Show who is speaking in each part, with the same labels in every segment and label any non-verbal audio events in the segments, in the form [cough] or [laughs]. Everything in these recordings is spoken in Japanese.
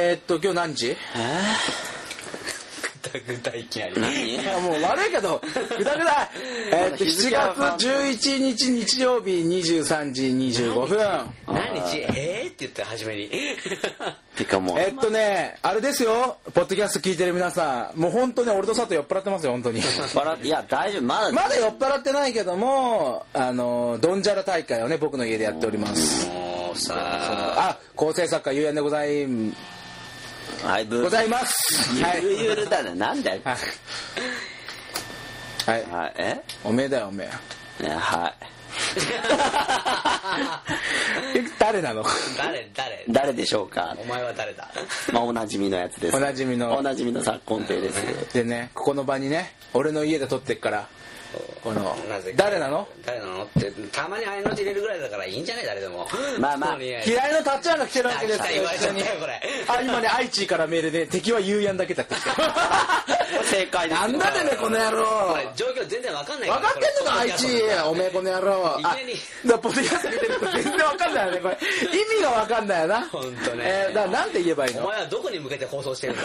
Speaker 1: 何時
Speaker 2: 具体的に
Speaker 1: [laughs] いやもう悪いけどぐだぐだえーっと7月11日日曜日23時25分
Speaker 2: 何日えー、って言った初めに
Speaker 3: てかもう
Speaker 1: えーっとねあれですよポッドキャスト聞いてる皆さんもう本当ね俺と佐藤酔っ払ってますよ本当
Speaker 3: [laughs]
Speaker 1: に
Speaker 3: 笑っていや大丈夫まだ
Speaker 1: まだ酔っ払ってないけどもあのドンジャラ大会をね僕の家でやっております
Speaker 2: もうさ
Speaker 1: あ構成作家ゆうやんでござい
Speaker 3: はいぶ
Speaker 1: ございますはい
Speaker 3: ゆるゆるだねなんだよ
Speaker 1: はいはい
Speaker 3: はいえ
Speaker 1: おめえだよおめえ
Speaker 3: ねは
Speaker 1: え誰なの
Speaker 2: 誰誰
Speaker 3: い誰でしょうか
Speaker 2: お前は誰だ
Speaker 3: まあおなじみのやつです
Speaker 1: おなじみの
Speaker 3: おなじみの昨今亭です
Speaker 1: でねここの場にね俺の家で撮ってっからこの
Speaker 2: なぜか
Speaker 1: 誰なの
Speaker 2: 誰なのってたまにあいの字入れるぐらいだからいいんじゃない誰でも
Speaker 3: まあまあ
Speaker 2: [laughs] とりえず
Speaker 1: 平井のタッチャーが来てるわけ
Speaker 2: あ
Speaker 1: です
Speaker 2: 来
Speaker 1: よ
Speaker 2: た言われちゃったよこれ
Speaker 1: あ今ね愛知からメールで敵はゆうやんだけ
Speaker 2: [laughs]
Speaker 1: だって来てる
Speaker 3: 正解です
Speaker 1: なんだてめえこの野郎
Speaker 2: これ状況全然わかんない
Speaker 1: 分かってんのか愛知おめえこの野郎
Speaker 2: いき
Speaker 1: あ
Speaker 2: なり
Speaker 1: だからポッドキャスト見てると全然分かんないよねこれ意味が分かんないよな
Speaker 2: ほんとね
Speaker 1: えーだからなんて言えばいい
Speaker 2: お
Speaker 1: の
Speaker 2: 前はどこに向けて放送してるん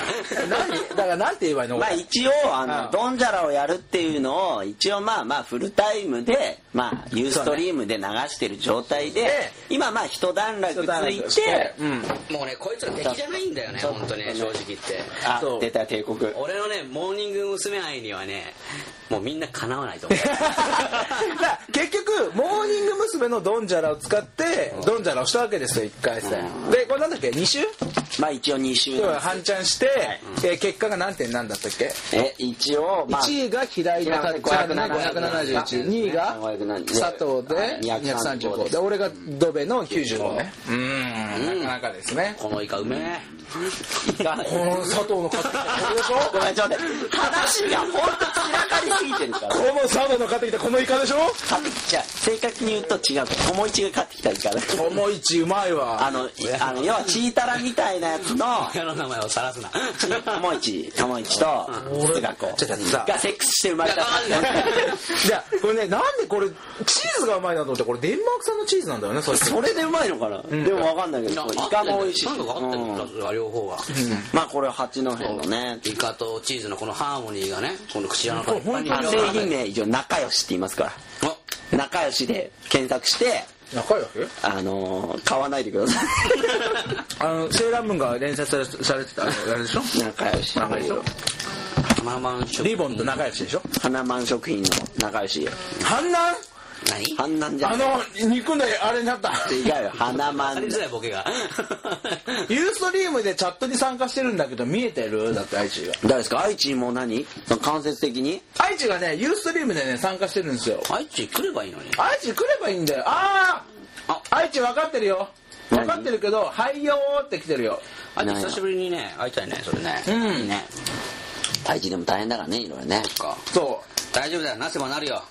Speaker 2: だ
Speaker 1: 何だからなんて言えばいいの
Speaker 3: まあ一応あ
Speaker 1: うん
Speaker 3: のドンジャラをやるっていうのを一応まあまあフルタイムでまあユーストリームで流してる状態で今まあ一段落ついて
Speaker 1: うん
Speaker 2: [laughs] もうねこいつら敵じゃないんだよね
Speaker 3: そう
Speaker 2: 本当ね正直言って
Speaker 3: あ
Speaker 1: そう
Speaker 3: 出た帝国
Speaker 2: 俺のねモーニング娘。愛にはねもうみんなかなわな
Speaker 3: [laughs]
Speaker 2: いと思
Speaker 1: [laughs]
Speaker 2: う
Speaker 1: だから結局モーニング娘。のドンジャラを使ってドンジャラをしたわけですよ1回戦
Speaker 3: う
Speaker 1: でこれなんだっけ2週
Speaker 3: まあ一応2週
Speaker 1: 要は半チャンして、えー結果が何点なんだったっけ、
Speaker 3: え一応まあ
Speaker 1: 1位が平井のタッチャーの571 2位が佐藤で235で俺がドベの95ねうーんなかなかですね
Speaker 2: このイカうめえ
Speaker 1: この佐藤の勝ってきたこれでしょ
Speaker 3: ごめんちょっと待って話が本当散らかりすぎてるから
Speaker 1: この佐藤の勝ってきたこのイカでしょ
Speaker 3: 勝ってきちゃう正確に言うと違う友一が勝ってきたから
Speaker 1: この位置うまいわ
Speaker 3: あのいあの要はチータラみたいなやつの
Speaker 2: 親の名前をさらすな
Speaker 3: 友一友一と菅
Speaker 1: ちょっと
Speaker 3: 子
Speaker 1: さ
Speaker 3: がセックスして生まれた
Speaker 1: [laughs] じゃあこれねなんでこれチーズがうまいなと思ってこれデンマーク産のチーズなんだよねそれ
Speaker 3: それでうまいのかな、でも分かんないけどイカも美味しいし
Speaker 2: なんか合ってんのか両方が
Speaker 3: まあこれは八戸のね
Speaker 2: イカとチーズのこのハーモニーがねこの口の中いっぱいに
Speaker 3: あ製品名一応仲良しって言いますか
Speaker 2: あ
Speaker 3: ら仲良しで検索して
Speaker 1: 仲良く
Speaker 3: あのー買わないでくださ
Speaker 1: あのセーラームーンが連載されされてたあれあれでしょ
Speaker 3: い仲良し
Speaker 1: 仲良し
Speaker 2: ママンショ
Speaker 1: リボンと仲良しでしょ
Speaker 3: 花満食品の仲良し
Speaker 1: 反乱
Speaker 2: 何
Speaker 3: あんなんじゃ
Speaker 1: あ
Speaker 3: な
Speaker 1: の肉のあれになった
Speaker 3: い違うよ花
Speaker 2: あ
Speaker 3: 満
Speaker 2: れづらいボケが [laughs]
Speaker 1: ユーストリームでチャットに参加してるんだけど見えてるだって愛知が
Speaker 3: 誰ですか愛知も何間接的に
Speaker 1: 愛知がねユーストリームでね参加してるんですよ
Speaker 2: 愛知来ればいいのに
Speaker 1: 愛知来ればいいんだよああ
Speaker 2: あ
Speaker 1: 愛知分かってるよ分かってるけど「はいよー」って来てるよ
Speaker 2: 愛知久しぶりにね会いたいねそれね
Speaker 1: うん
Speaker 2: いいね
Speaker 3: 愛知でも大変だからねいろいろね
Speaker 2: か
Speaker 1: そう
Speaker 2: 大丈夫だよなせばなるよ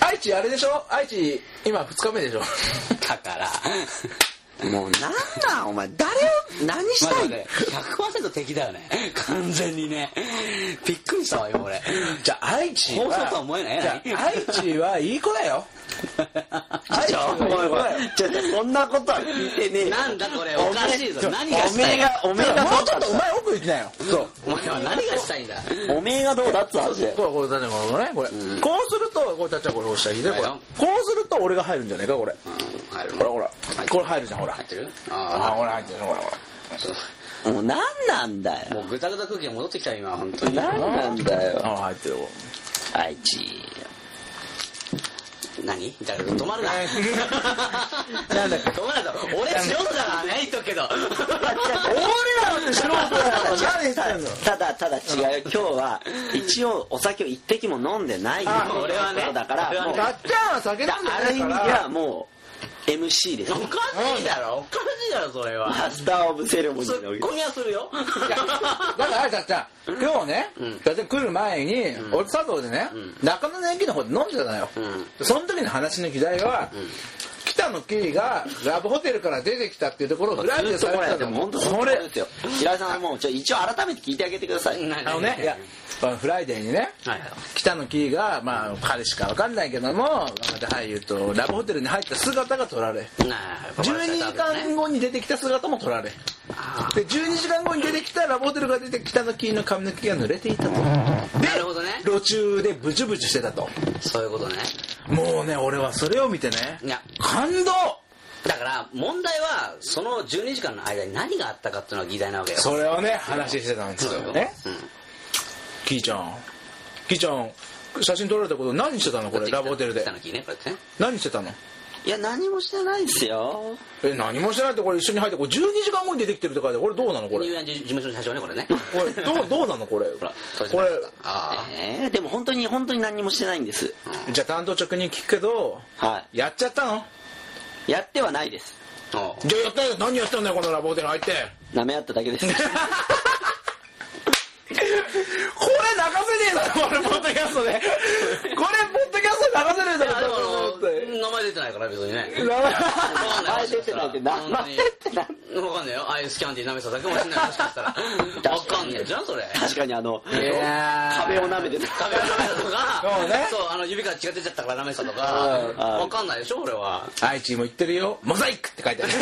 Speaker 1: 愛知あれでしょ愛知今2日目でしょ
Speaker 2: だから
Speaker 3: もうなんなんお前誰を何し
Speaker 2: ま
Speaker 3: た
Speaker 2: だ
Speaker 3: い
Speaker 2: ね100%敵だよね完全にねびっくりしたわ今俺
Speaker 1: じゃあ愛知は
Speaker 2: 放送とは思えない
Speaker 1: じゃあ愛知はいい子だよ愛知
Speaker 2: [laughs]
Speaker 3: ちょ
Speaker 1: はい
Speaker 3: お
Speaker 1: い
Speaker 3: 前
Speaker 1: 子
Speaker 3: お
Speaker 1: だよ
Speaker 3: 前ちょっとそんなことは聞いてねえよ
Speaker 2: なんだこれおかしいぞ何が
Speaker 3: お
Speaker 2: し
Speaker 3: め
Speaker 2: た
Speaker 3: え
Speaker 2: い
Speaker 3: がおめえが
Speaker 1: も
Speaker 3: ど
Speaker 1: う
Speaker 3: う
Speaker 1: ちょ
Speaker 3: だ
Speaker 1: っとお前奥行きなよそう
Speaker 2: お前は何がしたいんだ
Speaker 3: おめえがどうだっつう話だよ
Speaker 1: こうこうだねこれねこれ、こうするとこれたっちゃんこれ押したいいねこれ
Speaker 2: はい
Speaker 1: こ
Speaker 2: よ
Speaker 1: うすると俺が入るんじゃないかこれ
Speaker 2: 入る
Speaker 1: ほらほら
Speaker 2: 入
Speaker 1: これ入るじゃんほら
Speaker 2: 入ってる
Speaker 1: あ
Speaker 2: あ
Speaker 1: ほら入ってるほらほ
Speaker 2: あそう
Speaker 3: もうなんなんだよ
Speaker 2: もうぐたぐた空気が戻ってきたよ今本当に
Speaker 3: なんなんだよ
Speaker 1: らあ入ってるよ
Speaker 3: 愛知
Speaker 2: 何だから止まるな
Speaker 1: え
Speaker 2: [laughs]
Speaker 1: ーなんだ
Speaker 2: 止まるなと俺素人だからね言っとく
Speaker 1: [laughs]
Speaker 2: けど
Speaker 1: 俺らって素人だよ何してんの
Speaker 3: ただただ違う今日は一応お酒を一滴も飲んでないよ
Speaker 1: あ
Speaker 2: 俺はね
Speaker 3: だから
Speaker 2: 俺は
Speaker 3: もう
Speaker 2: ね
Speaker 1: たっちゃんは酒飲んで
Speaker 3: ある意
Speaker 1: ない
Speaker 3: 味
Speaker 1: か
Speaker 3: で
Speaker 1: ら
Speaker 3: はもう MC です
Speaker 2: おかしいだろおかしいだろそれは
Speaker 3: マスター・オブ・セレモニ
Speaker 2: ツ
Speaker 3: ーの
Speaker 2: ッコミはするよ
Speaker 1: だからたっちゃん今日ねたっちゃん来る前に俺と佐藤でね中野の駅の方で飲んでたのよ
Speaker 2: ん
Speaker 1: その時の話の議題は北平野キュウイがラブホテルから出てきたっていうところをフラッシュされてた
Speaker 3: でも本当
Speaker 1: こ
Speaker 3: そ
Speaker 1: れ
Speaker 3: うですよ平井さんはもうちょ一応改めて聞いてあげてください
Speaker 1: あのねいやフライデーにね
Speaker 2: はい
Speaker 1: 北野キーがまあ彼しかわかんないけども若手俳優とラブホテルに入った姿が撮られ
Speaker 2: なあ
Speaker 1: 12時間後に出てきた姿も撮られで12時間後に出てきたラブホテルが出てきた時の髪の毛が濡れていたとで
Speaker 2: なるほどね
Speaker 1: 路中でブチュブチュしてたと
Speaker 2: そういうことね
Speaker 1: もうね俺はそれを見てね
Speaker 2: いや
Speaker 1: 感動
Speaker 2: だから問題はその12時間の間に何があったかっていうのが議題なわけよ
Speaker 1: それをね話してたんですよねキーちゃんキーちゃん写真撮られたこと何してたのこれラブホテルで
Speaker 2: 北の木ねこうやってね
Speaker 1: 何してたの
Speaker 3: いや何もしてないですよ
Speaker 1: え何もしてないってこれ一緒に入ってこれ12時間後に出てきてるって書いてこれどうなのこれ
Speaker 2: 入園事務所の社長ねこれね
Speaker 1: これどうどうなのこれ
Speaker 2: らそうです
Speaker 1: こ
Speaker 2: ね
Speaker 1: れ
Speaker 2: あ
Speaker 3: えーでも本当に本当に何もしてないんです
Speaker 1: じゃあ担当直に聞くけど
Speaker 3: は
Speaker 1: やっちゃったの
Speaker 3: いやってはないです
Speaker 2: あおう
Speaker 1: じゃあやったよ何やってんだよこのラブホテル入って
Speaker 3: 舐め合っただけです
Speaker 1: [laughs] これ泣かせねえだろ俺ポッドキャストでこれポッドキャストで泣かせねえ
Speaker 2: いや
Speaker 1: だ
Speaker 2: で
Speaker 1: ろ
Speaker 2: も
Speaker 1: と思って
Speaker 2: 名前出てないから別にね
Speaker 1: 名前
Speaker 2: 名
Speaker 3: [laughs] 前出てないって名前出てない
Speaker 2: 分かんないよああいうスキャンディー舐めてただけかもしれないもしかしたら分かんないじゃんそれ
Speaker 3: 確かにあの
Speaker 1: や
Speaker 3: 壁を舐めてた
Speaker 2: 壁を舐めたとか
Speaker 1: そうね
Speaker 2: そうあの指から血が出ちゃったから舐めてたとか分かんないでしょ俺は
Speaker 1: [laughs] 愛知も言ってるよモザイクって書いてある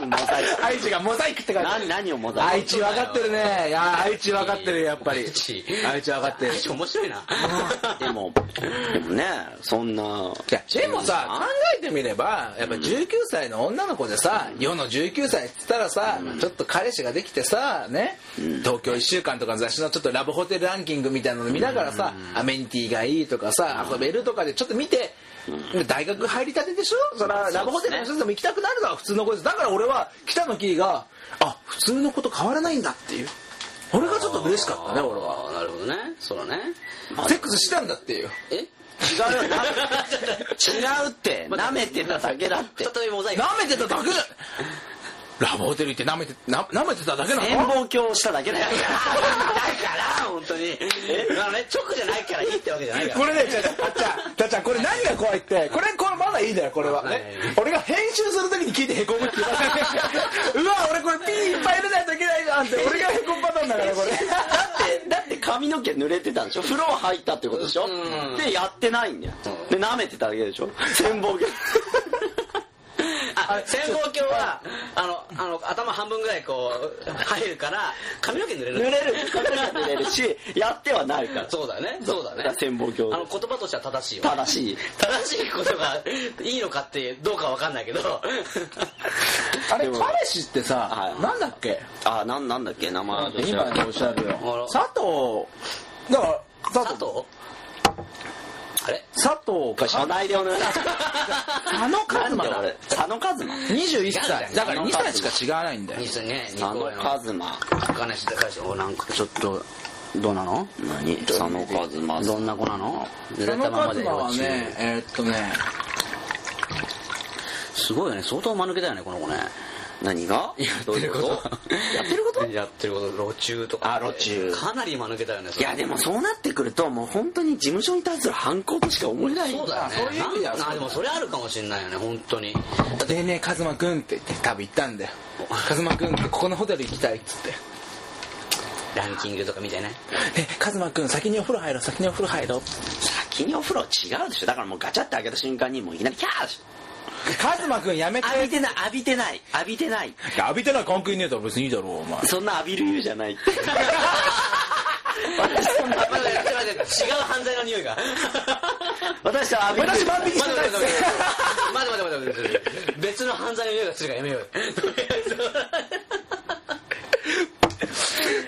Speaker 3: 何モザイ
Speaker 1: [laughs]
Speaker 3: ク
Speaker 1: 愛知がモザイクって書いてあ
Speaker 3: 何
Speaker 1: る
Speaker 3: 何をモザイ
Speaker 1: 愛知分かってるねいや愛知分かってるやっぱり
Speaker 2: 愛知
Speaker 1: 愛知分かってる
Speaker 2: 面白いな
Speaker 3: クでもでもねそんない
Speaker 1: やでもさ考えてみればやっぱ19歳の女の子でさ世の19歳っつったらさちょっと彼氏ができてさね東京1週間とかの雑誌のちょっとラブホテルランキングみたいなの見ながらさアメニティがいいとかさ遊べるとかでちょっと見て大学入りたてでしょそらラブホテルの人でも行きたくなるのは普通の子ですだから俺は北野キーがあ普通の子と変わらないんだっていう俺がちょっと嬉しかったね俺は
Speaker 2: ああなるほどねそうだね
Speaker 1: セックスしたんだっていう
Speaker 2: え
Speaker 3: 違うよ違うって舐めてただけだって
Speaker 2: 再びモザイク
Speaker 1: 舐めてただけだラブホテル行って舐めてな舐めてただけな
Speaker 3: 遠
Speaker 1: の
Speaker 3: 望鏡をしただけだよ
Speaker 2: だから本当にあのね直じゃないからいいってわけじゃないから
Speaker 1: これねちゃたっちゃんたっちゃんこれ何が怖いってこれこれまだいいんだよこれは
Speaker 2: はい
Speaker 1: ね俺が編集するときに聞いてへこむっていううわ俺これピーいっぱい入れないといけないじゃんって俺がへこむパターンだからこれ
Speaker 3: だってだって髪の毛濡れてたんでしょ風呂入ったってことでしょ
Speaker 2: ん
Speaker 3: でやってないんだよで舐めてただけでしょ潜
Speaker 2: [laughs]
Speaker 3: 望鏡
Speaker 2: あ潜望鏡はあのあの頭半分ぐらいこう入るから髪の毛濡れる
Speaker 3: 濡れる髪の毛濡れるしやってはないから
Speaker 2: そうだねそうだね
Speaker 3: だから潜望鏡
Speaker 2: あの言葉としては正しいよね
Speaker 3: 正しい
Speaker 2: 正しいことがいいのかってどうかわかんないけど
Speaker 1: あれ
Speaker 3: でも
Speaker 1: 彼氏ってさ
Speaker 3: はい
Speaker 1: なんだっけ
Speaker 3: あなんなんだっけ名前どうしよ
Speaker 1: 今
Speaker 3: う
Speaker 1: ねおっしゃる
Speaker 2: あ
Speaker 1: よ
Speaker 2: ら
Speaker 1: 佐藤だから佐
Speaker 2: 佐
Speaker 1: 藤
Speaker 2: 藤あれ
Speaker 1: 佐藤か
Speaker 3: 社内でお願いします
Speaker 1: 佐野和
Speaker 3: なん
Speaker 1: 馬
Speaker 3: で
Speaker 1: だ
Speaker 3: 俺佐野和馬
Speaker 1: 21歳だから2歳しか違わないんだよ
Speaker 2: ニスねニ
Speaker 3: 佐
Speaker 2: コ
Speaker 3: 野
Speaker 2: の
Speaker 3: 和馬
Speaker 2: 金して返しておなんかちょっとどうなの
Speaker 3: 何佐野和馬
Speaker 2: どんな子なの濡
Speaker 1: 佐
Speaker 2: れ
Speaker 1: 野
Speaker 2: たま
Speaker 1: 和
Speaker 2: まで
Speaker 1: 馬はねえーっとね
Speaker 2: すごいよね相当間抜けだよねこの子ね
Speaker 3: 何がどういうこと
Speaker 2: やってることやってること路中とか
Speaker 3: あ路中
Speaker 2: かなり間抜けだよねそ
Speaker 3: い
Speaker 2: れ
Speaker 3: やでもそうなってくるともう本当に事務所に対する反抗としか思えない
Speaker 2: そうだよね
Speaker 1: そういう意味では
Speaker 2: なんあでもそれあるかもしれないよね本当に
Speaker 1: でねカズマくんって言って多分言ったんだよカズマくんってここのホテル行きたいっつって
Speaker 2: ランキングとか見 [laughs] てね
Speaker 1: えカズマくん先にお風呂入ろう先にお風呂入ろう
Speaker 3: 先にお風呂違うでしょだからもうガチャって開けた瞬間にもういきなりキャー
Speaker 1: カズマくんやめて
Speaker 3: 浴びてない浴びてない浴びてない
Speaker 1: 浴びてら関係ねえだろ別にいいだろお前
Speaker 3: そんな浴びる湯じゃない [laughs] って
Speaker 2: まだまだ違う犯罪の匂いが
Speaker 3: 私は浴びる湯
Speaker 1: 私万引き
Speaker 2: ま
Speaker 1: して
Speaker 2: だ
Speaker 1: ないっす
Speaker 2: まだまだまだまだ別の犯罪の匂いがするからやめようよ
Speaker 1: [laughs]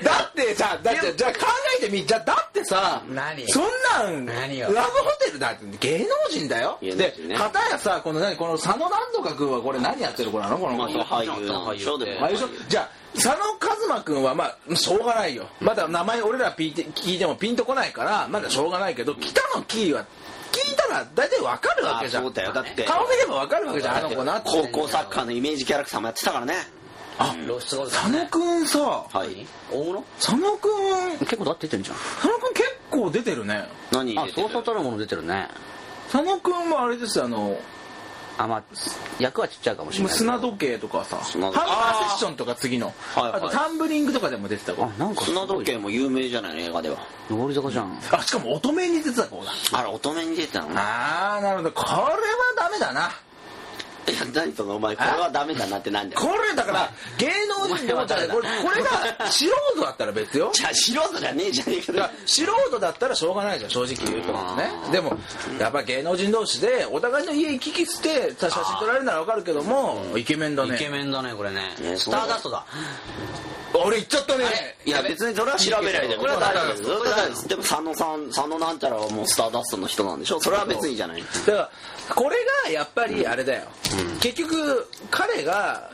Speaker 1: だってさだってじゃあ考えてみじゃあだってさ
Speaker 2: 何
Speaker 1: そんなん
Speaker 2: 何よ
Speaker 1: ラブホテルだって芸能人だよ
Speaker 3: 芸能
Speaker 1: で
Speaker 3: 人ね
Speaker 1: 片やさこの何この佐野なんとかくんはこれ何やってる子なのこの
Speaker 3: まあ
Speaker 1: 子
Speaker 3: そう俳優なんでしょでも
Speaker 1: あれでしょじゃあ佐野一馬君はまあしょうがないよまだ名前俺らピーって聞いてもピンとこないからまだしょうがないけど北野キーは聞いたら大体わかるわけじゃん
Speaker 3: あそうだよだって
Speaker 1: 顔見ればわかるわけじゃんあの子なって
Speaker 3: 高校サッカーのイメージキャラクターもやってたからね
Speaker 1: あ
Speaker 2: 露出後
Speaker 1: 佐野君さ
Speaker 3: はい
Speaker 2: 大物
Speaker 1: 佐野君
Speaker 2: 結構だって出てるじゃん
Speaker 1: 佐野君結構出てるね
Speaker 3: 何
Speaker 2: あそうそうたるもの出てるね
Speaker 1: 佐野君はあれですよあの
Speaker 2: あまあ役はちっちゃいかもしれ
Speaker 1: もう
Speaker 2: ないけど
Speaker 1: 砂時計とかさハン
Speaker 3: 砂
Speaker 1: マ
Speaker 3: 時計
Speaker 1: ーセッションとか次の
Speaker 2: はいは
Speaker 1: あ
Speaker 2: い
Speaker 1: とタンブリングとかでも出てた子
Speaker 2: あなんかす
Speaker 3: 砂
Speaker 2: ご
Speaker 3: 時
Speaker 2: い
Speaker 3: 計も有名じゃない映画では
Speaker 2: 上り坂じゃん
Speaker 1: あしかも乙女に出てた子だ
Speaker 3: あら乙女に出てたのね
Speaker 1: ああなるほどこれはダメだない
Speaker 3: や何そのお前これはダメだなってなんだよ
Speaker 1: これだから芸能人でもこれこれが素人だったら別よ
Speaker 3: じゃあ素人じゃねえじゃねえか
Speaker 1: だから
Speaker 3: よ
Speaker 1: [laughs] 素人だったらしょうがないじゃん正直言うとねでもやっぱ芸能人同士でお互いの家行き来して写真撮られるならわかるけどもイケメンだね
Speaker 2: イケメンだねこれね
Speaker 3: ね
Speaker 2: スターダストだ
Speaker 1: 俺行っちゃったね
Speaker 3: いや別にそれは調べないで
Speaker 2: これは誰だ
Speaker 3: それは誰だでも佐野さん佐野なんちゃらはもうスターダストの人なんでしょそれは別にいいじゃない
Speaker 1: だからこれがやっぱりあれだよ、結局彼が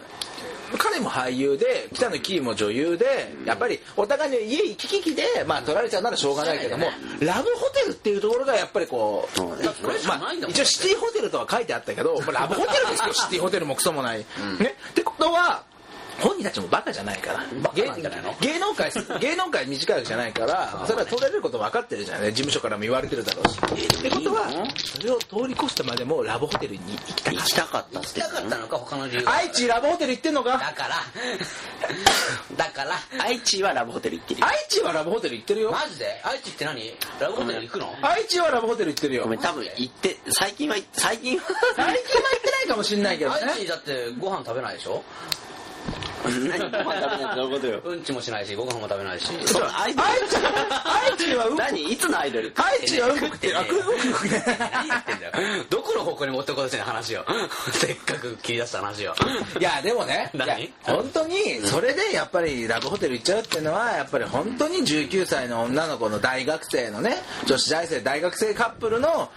Speaker 1: 彼も俳優で北野キーも女優でやっぱりお互いの家行き来で、まあ、取られちゃうならしょうがないけども、ラブホテルっていうところがやっぱりこう、
Speaker 3: そうね
Speaker 1: これ
Speaker 2: しか
Speaker 1: まあ
Speaker 2: ないんだもん、
Speaker 1: 一応シティホテルとは書いてあったけど、まあラブホテルですよシティホテルもクソもない、ねってことは本人たちもバカじゃないから芸
Speaker 2: なんじゃないの
Speaker 1: 芸能界芸能界短いわけじゃないからそれは取られること分かってるじゃない事務所からも言われてるだろうしってことはそれを通り越してまでもラブホテルに行きたい
Speaker 3: 行きたかったっ
Speaker 2: 行き
Speaker 3: て
Speaker 2: たかったのか他の理由
Speaker 1: 愛知ラブホテル行ってんのか
Speaker 2: だからだから
Speaker 3: 愛知はラブホテル行ってるよ
Speaker 1: 愛知はラブホテル行ってるよ
Speaker 2: マジで愛知って何ラブホテル行くの
Speaker 1: 愛知はラブホテル行ってるよ
Speaker 3: ごめん多分行って最近は最近は
Speaker 1: 最近は行ってないかもしんない [laughs] けどね
Speaker 2: 愛知だってご飯食べないでしょ
Speaker 3: 何ご飯食べないってどういうことよ
Speaker 2: うんちもしないしご飯も食べないし
Speaker 3: そのアイドル
Speaker 1: 愛知愛知はうんこ
Speaker 3: 何いつのアイドル
Speaker 1: 愛知はうんこ食ってるあうんこ食ってる
Speaker 2: 何やってんだよどこの方向に持ってこうとしてんの話を [laughs] せっかく切り出した話を
Speaker 1: [laughs] いやでも [laughs] ねいや
Speaker 2: 何 [laughs]
Speaker 1: 本当にそれでやっぱりラブホテル行っちゃうっていうのはやっぱり本当に19歳の女の子の大学生のね女子大生大学生カップルの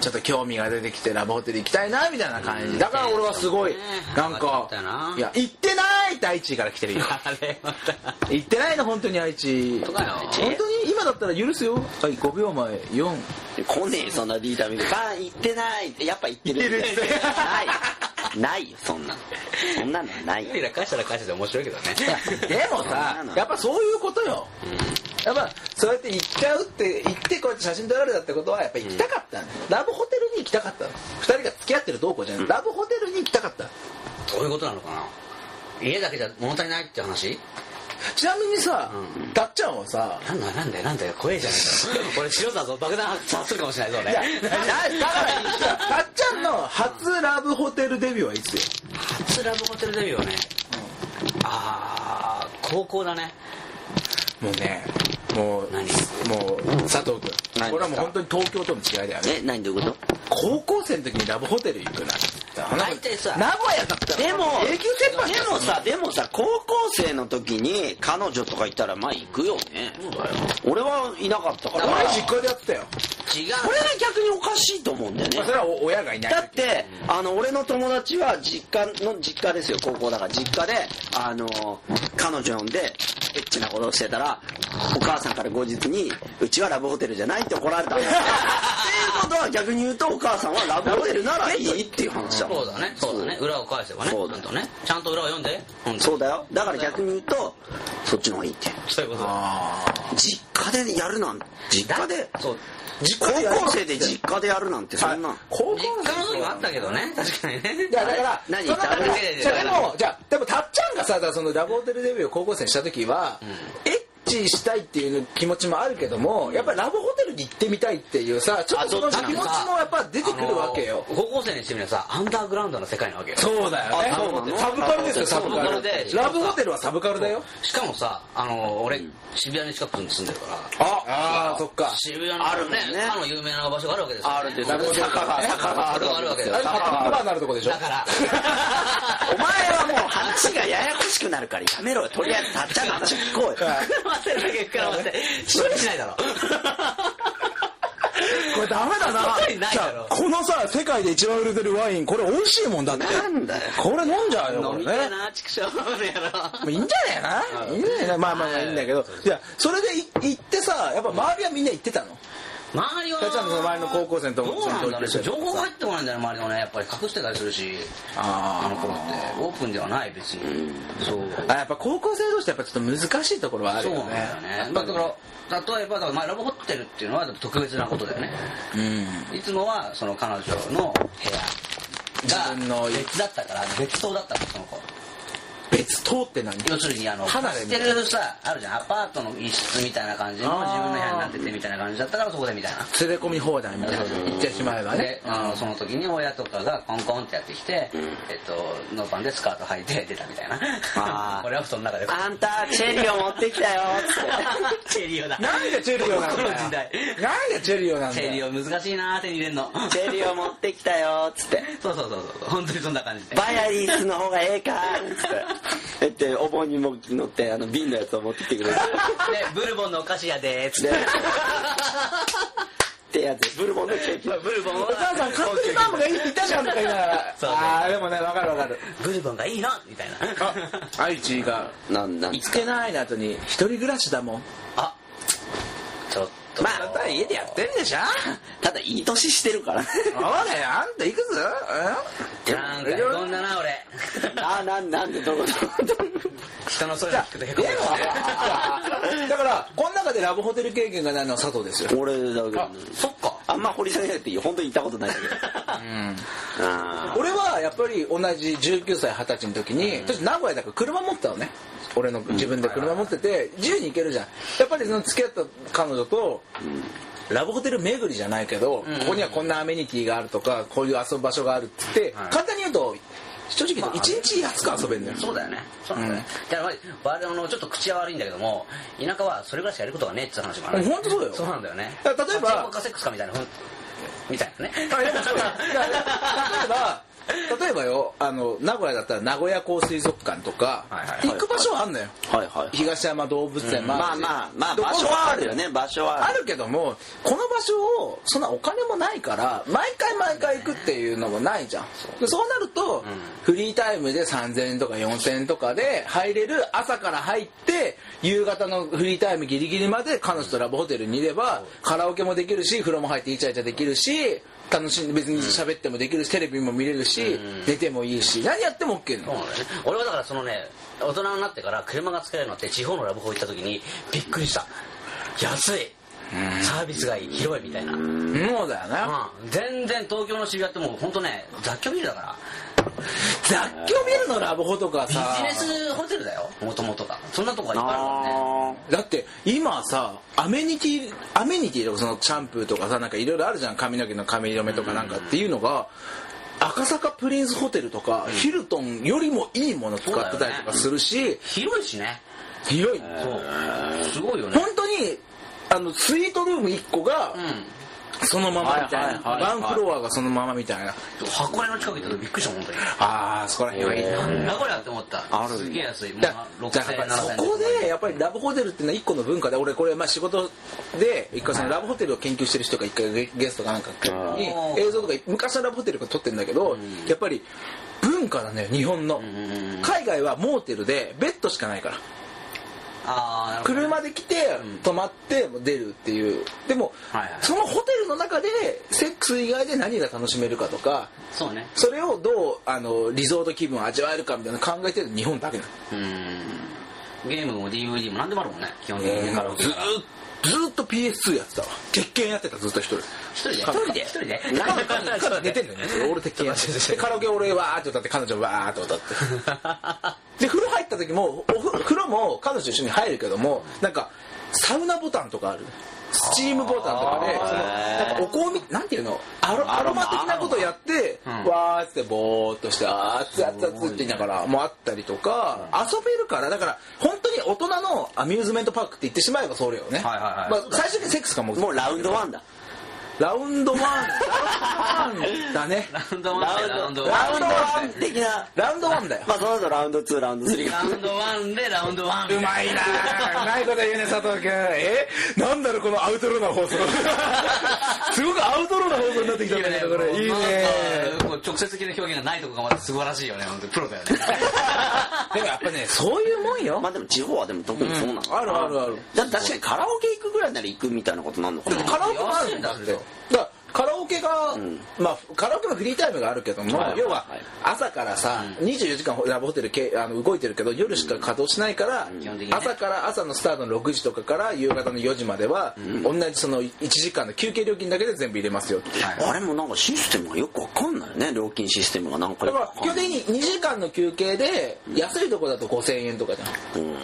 Speaker 1: ちょっと興味が出てきてラブホテル行きたいなみたいな感じだから俺はすごい
Speaker 2: ね
Speaker 1: なん
Speaker 2: 頑張
Speaker 1: か
Speaker 2: ったない
Speaker 1: や行ってないって愛知から来てるよ
Speaker 2: あれまた
Speaker 1: 行ってないの本当に愛知
Speaker 2: と
Speaker 1: 本
Speaker 2: かよ
Speaker 1: 当に今だったら許すよはい5秒前4
Speaker 3: 来ねえそんなリーダー見てバーン行ってないやっぱ行ってる
Speaker 1: 行ってる
Speaker 3: ないないよそんなのそんなのはない
Speaker 2: リラ返したら返してて面白いけどね
Speaker 1: でもさやっぱそういうことよ、やっぱそうやって行っちゃうって行ってこうやって写真撮られたってことはやっぱ行きたかったの、ラブホテルに行きたかったの2人が付き合ってるどうこうじゃない、ラブホテルに行きたかった
Speaker 2: どういうことなのかな家だけじゃ物足りないって話
Speaker 1: ちなみにさ、たっちゃんはさ
Speaker 2: なんだよなんだよなんだよ怖えじゃねえか俺素人だぞ爆弾発するかもしれないぞ
Speaker 1: い
Speaker 2: 俺
Speaker 1: やだからたっちゃんの初ラブホテルデビューはいつよ
Speaker 2: 初ラブホテルデビューはね、ああ高校だね
Speaker 1: もうねもう
Speaker 2: 何
Speaker 1: もう佐藤君
Speaker 3: 何
Speaker 1: これはもう本当に東京との違いだよね
Speaker 3: え何どういうこ
Speaker 1: 高校生の時にラブホテル行くなん
Speaker 2: 大体さ
Speaker 1: 名古屋だった
Speaker 3: と
Speaker 1: ら
Speaker 3: でも
Speaker 1: 永久欠番だよ
Speaker 3: でもさでもさ高校生の時に彼女とかいたらまあ行くよね俺はいなかったから
Speaker 1: 俺実家でやってたよ
Speaker 2: 違う
Speaker 3: これが逆におかしいと思うんだよね
Speaker 1: まあそれはお親がいない
Speaker 3: だって、あの、俺の友達は実家の、実家ですよ、高校だから、実家で、あの、彼女呼んで、エッチなことをしてたら、お母さんから後日に、うちはラブホテルじゃないって怒られたんだ [laughs] っていうことは逆に言うと、お母さんはラブホテルならいいっていう話だもん
Speaker 2: そうだねそうだね裏を返せばね
Speaker 3: そうだ
Speaker 2: ちゃんとねちゃんと裏を読んで本当
Speaker 3: そうだよ。だから逆に言うと、そっちの方がいいって。
Speaker 2: そういうことだ
Speaker 1: あ
Speaker 3: 実家でやるなんて、実家で、
Speaker 2: そう
Speaker 3: 高校生で実家でやるなんて、そんな。
Speaker 1: 高校
Speaker 2: 実家の時もあったけどね確かにね
Speaker 1: いやだから
Speaker 3: 何
Speaker 1: その
Speaker 3: ダブル
Speaker 2: デー
Speaker 1: じゃあ
Speaker 2: だ
Speaker 1: で
Speaker 2: から
Speaker 1: もじゃあでもたっちゃんがさだからそのラブホテルデビューを高校生にした時は、エッチしたいっていう気持ちもあるけども、やっぱりラブホテルに行ってみたいっていうさちょっとその
Speaker 3: あそ
Speaker 1: 気
Speaker 3: っち
Speaker 1: 持
Speaker 3: な
Speaker 1: ち
Speaker 3: ん
Speaker 1: も
Speaker 3: だ
Speaker 1: やっぱ出てくるわけよ
Speaker 2: あ、の高校生にしてみればさアンダーグラウンドの世界なわけよ
Speaker 1: そうだよね
Speaker 3: あそうなの
Speaker 1: サブカルですよサブカ
Speaker 2: サブカ
Speaker 1: ル
Speaker 2: ルで
Speaker 1: ラブホテルはサブカルだよ
Speaker 2: しかもさあの俺渋谷に近くに住んでるから
Speaker 1: ああーそっか
Speaker 2: 渋谷のあるねかの有名な場所があるわけですよね
Speaker 3: あるで
Speaker 1: ラブホテル
Speaker 3: 坂が坂がある
Speaker 2: 坂があるわけだ
Speaker 1: あ
Speaker 2: よ
Speaker 1: れ
Speaker 2: だ
Speaker 1: カ
Speaker 2: か
Speaker 1: ップバーなるとこでしょ [laughs]
Speaker 2: ら
Speaker 3: お前はもう話がややこしくなるからやめろよ。とりあえずたっちゃんの話聞こうよ。
Speaker 2: 膨らませるだけ膨らませて処理しないだろ
Speaker 1: これダメだな
Speaker 2: 外にないだろ
Speaker 1: じゃあこのさ世界で一番売れてるワインこれ美味しいもんだって
Speaker 3: なんだよ。
Speaker 1: これ飲んじゃうよこれ
Speaker 2: 飲み
Speaker 1: ね
Speaker 2: たいな畜生や
Speaker 1: ま
Speaker 2: ろ
Speaker 1: あいいんじゃねえないいんじゃねえなまあまあまあいいんだけどいやそれでい行ってさやっぱ周りはみんな行ってたの
Speaker 2: 周りは
Speaker 1: たっちゃんの周りの高校生の友
Speaker 2: どうなんだろう
Speaker 1: その同級生
Speaker 2: 情報が入ってこないんだよね周りのねやっぱり隠してたりするし
Speaker 1: あー
Speaker 2: あの頃ってオープンではない別にそう
Speaker 1: あやっぱ高校生同士ってやっぱちょっと難しいところはある
Speaker 2: そう
Speaker 1: よ
Speaker 2: なんだよ
Speaker 1: ね
Speaker 2: ねだから例えばだからまあラブホテルっていうのは特別なことだよね
Speaker 1: うん
Speaker 2: いつもはその彼女の部屋
Speaker 1: 自分の
Speaker 2: 別だったから別棟だったのその子
Speaker 1: 別棟って何
Speaker 2: 要するにあの
Speaker 1: 離れ
Speaker 2: 捨てるさあるじゃんアパートの一室みたいな感じの
Speaker 1: あー
Speaker 2: 自分の部屋になっててみたいな感じだったからそこでみたいな
Speaker 1: 連れ込み放題みたいな言ってしまえばね
Speaker 2: で、あのその時に親とかがコンコンってやってきて、えっと、ノーパンでスカート履いて出たみたい
Speaker 3: あ
Speaker 2: な
Speaker 3: ー。
Speaker 2: [laughs] 俺は布団の中でこ
Speaker 3: あんたチェリオ持ってきたよ
Speaker 2: う。 [laughs] チェリオだ。
Speaker 1: なんでチェリオなんだよ
Speaker 2: この
Speaker 1: な
Speaker 2: 時代。
Speaker 1: んでチェリオなん
Speaker 2: チ
Speaker 1: だ
Speaker 2: ェリ
Speaker 1: よ
Speaker 2: オ難しいな手に入れんの。
Speaker 3: チェリオ持ってきたよつって
Speaker 2: そうそうそうそう。本当にそんな感じで。
Speaker 3: バイアリースの方がええかつってえってお盆にも乗ってあの瓶のやつを持ってきてくれる
Speaker 2: で、ブルボンのお菓子屋でーす。
Speaker 3: でってやつ [laughs] ブルボンのケーキ
Speaker 2: ブルボンは
Speaker 1: お母さんカントリーマームがいたじゃんとか言いながら
Speaker 2: そう
Speaker 1: ああでもねわかるわかる
Speaker 2: ブルボンがいいのみたいな。
Speaker 1: あ愛知が
Speaker 3: なんな
Speaker 1: 「
Speaker 3: ん
Speaker 1: いつけない」の後に「一人暮らしだもん
Speaker 2: あ、ちょっ」と。
Speaker 1: まああなたは家でやってんでしょ
Speaker 3: ただいい年してるから
Speaker 1: [laughs] そうだよあんたいくつ
Speaker 2: なんかへこんだな、俺。
Speaker 3: あ [laughs] なんなんでどこどこ
Speaker 2: 人のそれ聞くと
Speaker 1: [laughs]
Speaker 2: へこむよね。
Speaker 1: うんだからこの中でラブホテル経験がないのは佐藤ですよ
Speaker 3: 俺だけど
Speaker 2: あ、そっか。
Speaker 3: あんま掘り下げなくていい本当に行ったことないんだけどあ
Speaker 1: 俺はやっぱり同じ19歳二十歳の時に、ちょっと名古屋だから車持ったのね俺の自分で車持ってて自由に行けるじゃんやっぱりその付き合った彼女と、ラブホテル巡りじゃないけど、ここにはこんなアメニティがあるとかこういう遊ぶ場所があるっつって、
Speaker 2: はい
Speaker 1: 簡単に言うと正直言うと1日安く遊べるんだ
Speaker 2: [laughs]
Speaker 1: よ、
Speaker 2: そうだよね。そうなんだよね。だから、まあ、我々のちょっと口は悪いんだけども、田舎はそれぐらいしかやることがねえっていう話もある。
Speaker 1: うんほんとそうよ
Speaker 2: そうなんだよね。
Speaker 1: だから例えば
Speaker 2: パチンコかセックスかみたいな、ほんみたいなね。
Speaker 1: あでもそうだよだから例えば例えばよあの名古屋だったら名古屋港水族館とか、
Speaker 2: はいはい
Speaker 1: 行く場所はあんのよ、
Speaker 3: ーはいはい
Speaker 1: 東山動物園も
Speaker 3: ま
Speaker 1: あ
Speaker 3: あ
Speaker 1: るし
Speaker 3: まあまあ
Speaker 1: どこ
Speaker 3: 場
Speaker 1: も
Speaker 3: 所はあるよね場所は
Speaker 1: あるけどもこの場所をそんなお金もないから毎回毎回行くっていうのもないじゃんでそうなると、フリータイムで3000円とか4000円とかで入れる朝から入って夕方のフリータイムギリギリまで彼女とラブホテルにいれば、カラオケもできるし風呂も入ってイチャイチャできるし楽しん別に喋ってもできるし、テレビも見れるし、出てもいいし何やっても OK な
Speaker 2: そう
Speaker 1: の、
Speaker 2: なんだよね。俺はだからそのね、大人になってから車が使えるのって地方のラブホ行った時にびっくりした。安い。サービスがいい、広いみたいな。うん、
Speaker 1: そうだよな、
Speaker 2: 全然東京の渋谷ってもう本当ね、雑居ビルだから。
Speaker 1: 雑居ビルのラブホとか
Speaker 2: ビジ
Speaker 1: さ
Speaker 2: ネスホテルだよ、もともとが。そんなとこがいっぱいあるもんね。
Speaker 3: あ
Speaker 1: だって今さアメニティアメニティとかそのシャンプーとかさなんかいろいろあるじゃん髪の毛の髪留めとかなんかっていうのが赤坂プリンスホテルとかヒルトンよりもいいもの使ってたりとかするし
Speaker 2: 広いしね。
Speaker 1: 広い
Speaker 2: そう。すごいよね
Speaker 1: 本。当にあのスイートルーム1個が
Speaker 2: うん。
Speaker 1: そのままみたいな
Speaker 3: はいはいはいは
Speaker 1: ワ
Speaker 3: い
Speaker 1: ンフロアがそのままみたいな
Speaker 2: 箱根の近く行った時びっくりした本当に
Speaker 1: ああそこら辺はいい
Speaker 2: なんだこりゃって思った
Speaker 3: ある
Speaker 2: すげえ安いもう
Speaker 1: だだ
Speaker 2: 6000
Speaker 1: か
Speaker 2: 円
Speaker 1: らそ
Speaker 2: 7000円
Speaker 1: こでやっぱりラブホテルっていうのは一個の文化で俺これまあ仕事で一回そのラブホテルを研究してる人が一回ゲゲストかなんか来た時に
Speaker 2: うん
Speaker 1: 映像とか昔のラブホテルが撮ってるんだけどやっぱり文化だね日本の海外はモーテルでベッドしかないから
Speaker 2: ああなるほど
Speaker 1: 車で来て泊まって出るっていうでも
Speaker 2: はいはい
Speaker 1: そのホテルの中でセックス以外で何が楽しめるかとか
Speaker 2: そうね
Speaker 1: それをどうあのリゾート気分を味わえるかみたいなの考えてるの日本だけなの
Speaker 2: うーんゲームも DVD も何でもあるもんね基本的にねカラオケ
Speaker 1: ずーっずーっと PS2 やってたわ鉄拳やってたずっと一人
Speaker 2: 一人で
Speaker 1: 彼女
Speaker 2: 一人で
Speaker 1: 彼女彼女寝てんのよね俺鉄拳やっててでカラオケ俺わーって歌って彼女わーって歌ってで風呂入った時もお風風呂も彼女と一緒に入るけどもなんかサウナボタンとかあるスチームボタンとかでそのなんかお香みなんていうのアロアロマ的なことやってわーってぼーっとしてあー熱々熱々って言いながらもあったりとか遊べるからだから本当に大人のアミューズメントパークって言ってしまえばそれよね
Speaker 2: はいはいはい
Speaker 1: まあ最終的にセックスかも
Speaker 3: ーもうラウンドワンだ
Speaker 1: ラウンドワンラウンドワンだね
Speaker 2: ラウンドワンでラウンドワ
Speaker 3: ラウンドワン的な
Speaker 1: ラウンドワンだよ
Speaker 3: まあその後ラウンドツーラウンドスリ
Speaker 2: ン
Speaker 3: ー
Speaker 2: ラウンドワンでラウンドワン
Speaker 1: うまいなぁうまいこと言うね佐藤君えなんだろうこのアウトローな [laughs] 放送すごくアウトローな放送になってきたんだけどこれいいね
Speaker 2: もう直接的な表現がないとこがまた素晴らしいよね本当にプロだ
Speaker 1: [laughs]
Speaker 2: よね
Speaker 1: でもやっぱねそういうもんよ
Speaker 3: まあでも地方はでも特にそうなの
Speaker 1: あるあるある
Speaker 3: だって確かにカラオケ行くぐらいなら行くみたいなことなんのかな
Speaker 1: カラオケもあるんだってだからカラオケが、
Speaker 3: ん
Speaker 1: まあカラオケのフリータイムがあるけども、
Speaker 3: はいはいはい
Speaker 1: 要は朝からさ、24時間ラブホテルけあの動いてるけど夜しか稼働しないから、
Speaker 2: 基本的にね
Speaker 1: 朝から朝のスタートの6時とかから夕方の4時までは、同じその1時間の休憩料金だけで全部入れますよっていう
Speaker 3: あれもなんかシステムがよくわかんないよね料金システムがなんか
Speaker 1: だ
Speaker 3: よ
Speaker 1: か
Speaker 3: く
Speaker 1: ら
Speaker 3: わか
Speaker 1: 基本
Speaker 3: んない
Speaker 1: 的に2時間の休憩で安いとこだと5000円とかじゃ
Speaker 3: うん
Speaker 1: ん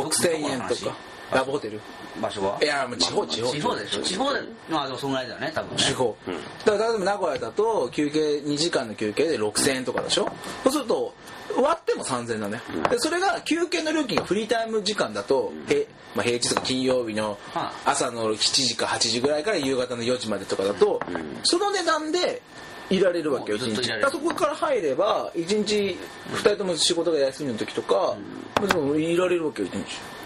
Speaker 1: 6000円と
Speaker 2: どこの
Speaker 1: かラブホテル
Speaker 2: 場所はい
Speaker 1: やもう地方地方
Speaker 2: 地方でしょ地方でまあでもそんぐらいだよね多分ね
Speaker 1: 地方、だから例えば名古屋だと休憩2時間の休憩で6000円とかでしょそうすると割っても3000円だねでそれが休憩の料金がフリータイム時間だと、へまあ、平日とか金曜日の
Speaker 2: は
Speaker 1: 朝の7時か8時ぐらいから夕方の4時までとかだと、その値段でいられるわけよ
Speaker 2: もうずっと
Speaker 1: 一日
Speaker 2: いられる
Speaker 1: だからそこから入れば1日2人とも仕事が休みの時とか、でもいられるわけよ一日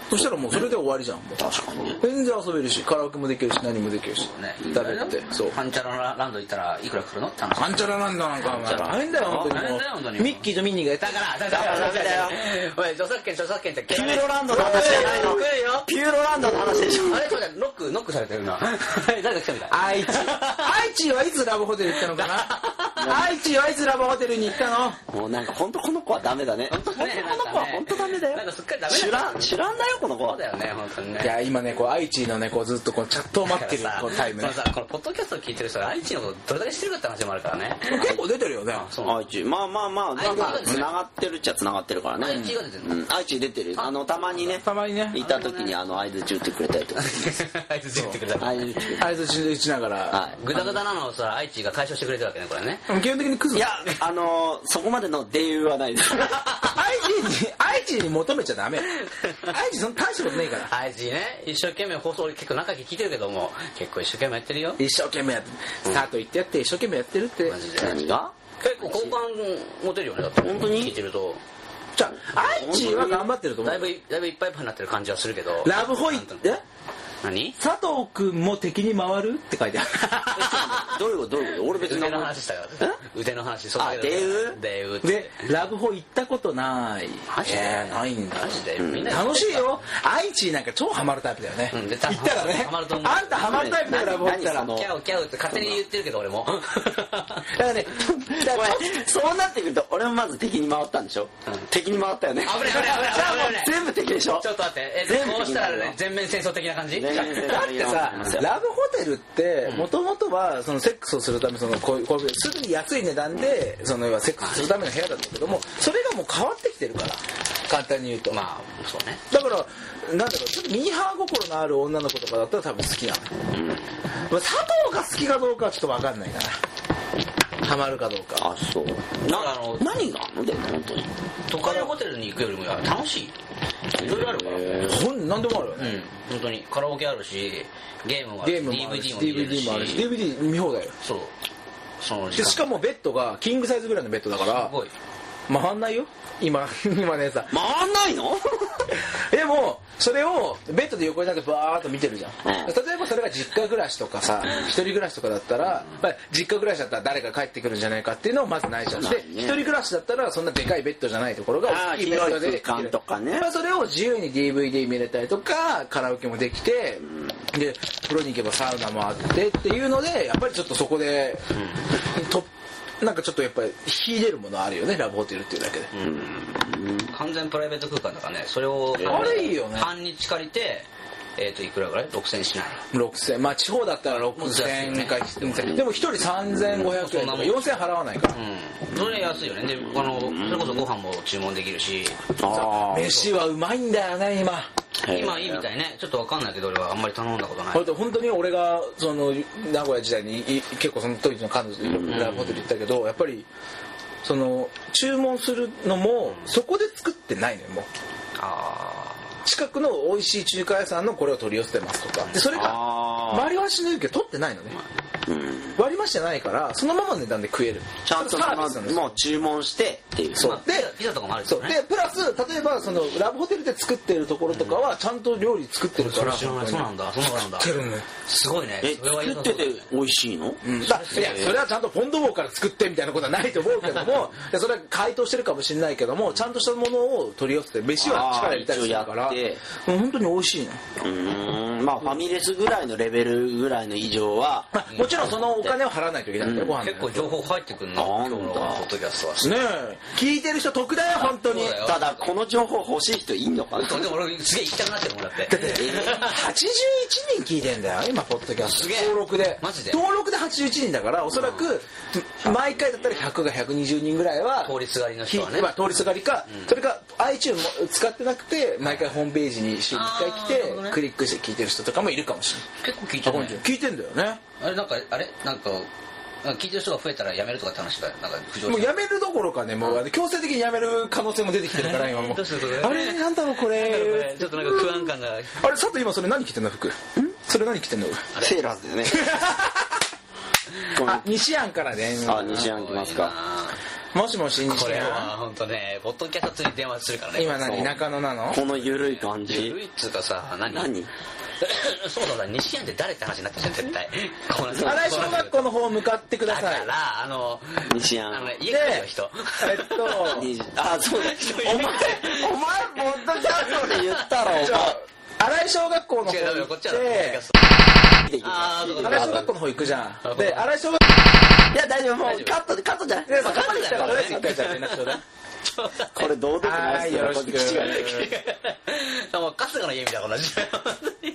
Speaker 1: そしたらもうそれで終わりじゃんもう
Speaker 3: 確かに
Speaker 1: 全然遊べるしカラオケもできるし何もできるし
Speaker 2: ね
Speaker 1: 食べてそう
Speaker 2: パンチャラランド行ったらいくら来るのって話
Speaker 1: あんちゃらなんだなんかお前大変だよ本当に
Speaker 2: 大変だよ本当に
Speaker 1: ミッキーとミニーがやった
Speaker 2: だからだからだからおい著作権著作権ってピ
Speaker 3: ピューロランドの話じゃない
Speaker 1: [laughs]
Speaker 3: の
Speaker 2: 来るよ
Speaker 3: ピューロランドの話でしょ
Speaker 2: あれそうだノックノックされてるな誰が来たみたい
Speaker 1: 愛知愛知はいつラブホテル行ったの [laughs] かな愛知はいつラブホテルに行ったの
Speaker 3: もうなんか本当この子はダメだね
Speaker 2: 本当
Speaker 3: この
Speaker 2: ね
Speaker 3: 子は本当ダメだよ
Speaker 2: なんかすっかりダメだ
Speaker 3: 知らん知らんだよこの子
Speaker 2: そ
Speaker 3: は
Speaker 2: うだよね本当にね
Speaker 1: いや今ねこう愛知のねこうずっとこうチャットを待ってる
Speaker 2: だからさ
Speaker 1: こうタイムね
Speaker 2: そのさこのポッドキャストを聞いてる人が愛知のことどれだけ知ってるかって話もあるからね
Speaker 1: 結構出てるよね
Speaker 2: あそう
Speaker 3: 愛知まあまあまあまあまあ
Speaker 2: 愛知がですね
Speaker 3: つながってるっちゃつながってるからね
Speaker 2: 愛知が出てる
Speaker 3: うん愛知出てるあのたまにね
Speaker 1: たまにね
Speaker 3: いた時にあの合図中打ってくれたりとか
Speaker 2: [laughs] あいつ言ってくれた
Speaker 3: 合図中
Speaker 1: 相づち打ちながら
Speaker 3: は
Speaker 2: グダグダなのをさ愛知が解消してくれてるわけねこれね
Speaker 1: 基本的にクズ
Speaker 3: いいやあのそこまでの出遊はないです
Speaker 1: 愛知に愛知に求めちゃダメ愛知その大したことねえから
Speaker 2: 愛知ね一生懸命放送俺結構中聞いてるけども結構一生懸命やってるよ
Speaker 1: 一生懸命やってスタート行ってやって一生懸命やってるって
Speaker 2: マジで
Speaker 3: 何が
Speaker 2: 結構好感持てるよねだって本当に聞いてると
Speaker 1: じゃあ愛知は頑張ってると思
Speaker 2: だいうぶだいぶいっぱいいっぱいになってる感じはするけど
Speaker 1: ラブホイ
Speaker 2: なんと
Speaker 1: え
Speaker 2: なく何
Speaker 1: 佐藤君も敵に回るって書いてある
Speaker 3: どういうことどういうこと俺別に
Speaker 2: 腕の
Speaker 3: 何も
Speaker 2: 話したから腕の話そうだけど
Speaker 3: あ出う
Speaker 2: 出 [laughs] う
Speaker 1: でラブホ行ったことない
Speaker 2: マジで
Speaker 1: えーないんだ
Speaker 2: マジでみんな
Speaker 1: 楽しいよ愛知なんか超ハマるタイプだよね、
Speaker 2: うん
Speaker 1: 行
Speaker 2: で
Speaker 1: ったらね
Speaker 2: ハマると思う
Speaker 1: あんたハマるタイプだよラブホ行ったら
Speaker 3: 何何
Speaker 2: キャウキャウって勝手に言ってるけど俺も
Speaker 1: だからねだから
Speaker 3: お前そうなってくると俺もまず敵に回ったんでしょ、敵に回ったよね
Speaker 2: 危ない危ない危ない
Speaker 3: じゃあもう
Speaker 2: 危ない危ない
Speaker 3: 全部敵でしょ
Speaker 2: ちょっと待ってえ
Speaker 3: 全部
Speaker 2: こうしたら
Speaker 3: 気になる
Speaker 2: ね
Speaker 3: よ
Speaker 2: 全面戦争的な感じ
Speaker 3: 全面戦
Speaker 1: だってさラブホテルってもともとはそのセックスをするためそのこういうこういうすぐに安い値段でその要はセックスするための部屋だったけどもそれがもう変わってきてるから簡単に言うと
Speaker 2: まあそうね
Speaker 1: だからなんだろうちょっとミーハー心のある女の子とかだったら多分好きなの、まあ佐藤が好きかどうかはちょっと分かんないかなハマるかどうか
Speaker 3: あそう
Speaker 2: だからあの
Speaker 3: 何があんのでも本当に
Speaker 2: 都会のホテルに行くよりも楽しいいろいろあるか
Speaker 1: ほ
Speaker 2: ら
Speaker 1: ん何でもあるよ
Speaker 2: う
Speaker 1: ね、
Speaker 2: ん本当にカラオケあるしゲームもあ
Speaker 1: ゲ
Speaker 2: る
Speaker 1: ー
Speaker 2: し
Speaker 1: ムもあるし
Speaker 2: DVD も見れる
Speaker 1: DVD
Speaker 2: し
Speaker 1: もあるし DVD 見放題よ
Speaker 2: そうその時
Speaker 1: で
Speaker 2: 間
Speaker 1: しかもベッドがキングサイズぐらいのベッドだから
Speaker 2: すごい
Speaker 1: 回んないよ今 [laughs] 今ねさ
Speaker 3: 回んないの
Speaker 1: [laughs] でもそれをベッドで横になってバーっと見てるじゃん、
Speaker 3: うん
Speaker 1: 例えばそれが実家暮らしとかさ一人暮らしとかだったら、まあ、実家暮らしだったら誰か帰ってくるんじゃないかっていうのをまずないじゃんで
Speaker 3: ないね
Speaker 1: 一人暮らしだったらそんなでかいベッドじゃないところが
Speaker 3: あー
Speaker 1: 大きいベッドで
Speaker 3: 広い空間とかね
Speaker 1: まあ、それを自由に DVD 見れたりとかカラオケもできてで風呂に行けばサウナもあってっていうのでやっぱりちょっとそこで、となんかちょっとやっぱり秀でるものあるよねラブホテルっていうだけで、
Speaker 2: 完全プライベート空間だからねそれを
Speaker 1: あれいいよね
Speaker 2: 半日借りてえっといくらぐらい6000しない
Speaker 1: 6000まあ地方だったら6000円か7000円でも一人3500円とか4000払わないから
Speaker 2: うんそれ安いよねであのそれこそご飯も注文できるし
Speaker 3: あ
Speaker 1: 飯はうまいんだよね今
Speaker 3: へえ
Speaker 2: 今いいみたいねちょっとわかんないけど俺はあんまり頼んだことない
Speaker 1: これと本当に俺がその名古屋時代にい結構その当時の彼女とラブホテル行ったけどやっぱりその注文するのもそこで作ってないのよもう
Speaker 2: あ
Speaker 1: 近くの美味しい中華屋さんのこれを取り寄せてますとかでそれが
Speaker 3: あ
Speaker 1: 割り箸の勇気を取ってないのね
Speaker 3: ーうん
Speaker 1: 割り箸じゃないからそのままの値段で食える
Speaker 3: ちゃんと
Speaker 1: サービスなんですよ
Speaker 3: もう注文してっていう
Speaker 2: あ
Speaker 1: そう
Speaker 2: まあ
Speaker 1: で
Speaker 2: ピザピザとかもあるけ
Speaker 1: そ
Speaker 2: ど
Speaker 1: う
Speaker 2: ね
Speaker 1: でプラス例えばそのラブホテルで作ってるところとかはちゃんと料理作ってるか
Speaker 2: それ
Speaker 1: ら
Speaker 2: は知らないそうなんだそうなんだ
Speaker 1: 作ってるね
Speaker 2: すごいね
Speaker 3: え
Speaker 2: それは
Speaker 3: 作
Speaker 2: 良
Speaker 3: っ
Speaker 2: さ
Speaker 3: て
Speaker 2: そうだ
Speaker 3: て
Speaker 2: ね
Speaker 3: 美味しいの
Speaker 1: だいやそれはちゃんとポンドウォーから作ってみたいなことはないと思うけどもでそれは解凍してるかもしれないけどもちゃんとしたものを取り寄せて飯は力入れたりするから
Speaker 3: あー一応や
Speaker 1: もう本当に美味しいの
Speaker 3: うーんまあファミレスぐらいのレベルぐらいの以上は
Speaker 1: まあもちろんそのお金を払わないといけないんだよ、ご飯
Speaker 2: 結構情報入ってくんな
Speaker 3: な
Speaker 2: 今
Speaker 3: ん
Speaker 2: 日
Speaker 3: だ
Speaker 2: のポッドキャストは
Speaker 1: ねえ聞いてる人得だよ本当に
Speaker 2: そうだよ
Speaker 3: ただこの情報欲しい人いんのかな
Speaker 2: でも俺すげえ行きたくなってるもんだって
Speaker 1: 81人聞いてんだよ今ポッドキャス
Speaker 2: すげ
Speaker 1: ト
Speaker 2: え
Speaker 1: 登録で
Speaker 2: マジで
Speaker 1: 登録で81人だからおそらく毎回だったら100が120人ぐらいは
Speaker 2: 通りすがりの人はね
Speaker 1: まあ通りすがりか、それか iTune も使ってなくて毎回ホームページに週に1回来
Speaker 2: あーなるほど
Speaker 1: て
Speaker 2: ね
Speaker 1: クリックして聞いてる人とかもいるかもしれない
Speaker 2: 結構聞い
Speaker 1: あ
Speaker 2: て
Speaker 1: ご
Speaker 2: る
Speaker 1: めん
Speaker 2: ね
Speaker 1: なさい聞いてんだよね
Speaker 2: あれなんかあれなんかなんか聞いてる人が増えたらやめるとかって話がなんか浮上
Speaker 1: もう
Speaker 2: して
Speaker 1: やめるどころかねもうあの強制的にやめる可能性も出てきてるから今
Speaker 2: [laughs]
Speaker 1: もう
Speaker 2: どうするどうする
Speaker 1: あれなんだろうこれ
Speaker 2: ちょっとなんか不安感が
Speaker 1: あれ佐藤今それ何着てんの服それ何着てんの
Speaker 3: セーラーズだよねごめん
Speaker 1: あ西安からね
Speaker 3: あ西山来ますか
Speaker 1: もしもし西
Speaker 2: これ
Speaker 1: 安
Speaker 2: は本当ねポッドキャストに電話するからね
Speaker 1: 今何中野なの
Speaker 3: この緩い感じ
Speaker 2: [laughs] ゆいっつうかさ何
Speaker 3: 何
Speaker 2: そうだな西安って誰って話になってるじゃん絶対こう
Speaker 1: 新井小学校の方向かってくだ
Speaker 2: だか
Speaker 1: さい
Speaker 2: らあの
Speaker 3: 西安
Speaker 2: あのね家来てる人
Speaker 1: えっと
Speaker 3: にあそうだ [laughs] お前お前ポッドキャストで言ったろ
Speaker 2: [laughs]
Speaker 3: お前
Speaker 1: じゃあ新井小学校の方
Speaker 2: [laughs] 違うダメだ
Speaker 1: 行
Speaker 2: こっ
Speaker 1: っ
Speaker 2: ち
Speaker 1: て
Speaker 2: はだあーそうだ
Speaker 1: 新井小学校の方行くじゃん
Speaker 2: あ
Speaker 1: で
Speaker 2: そう
Speaker 1: 新井小学
Speaker 3: いや大丈夫もうカットでカットじゃない
Speaker 1: 校
Speaker 2: そうだよ
Speaker 1: とりあえず一回じゃあ連 [laughs] 絡ちょうだい
Speaker 3: これどうでも
Speaker 1: は
Speaker 3: ないい
Speaker 1: よろし
Speaker 3: これ口が
Speaker 1: [laughs] く
Speaker 2: もう春日の家みたいな同じ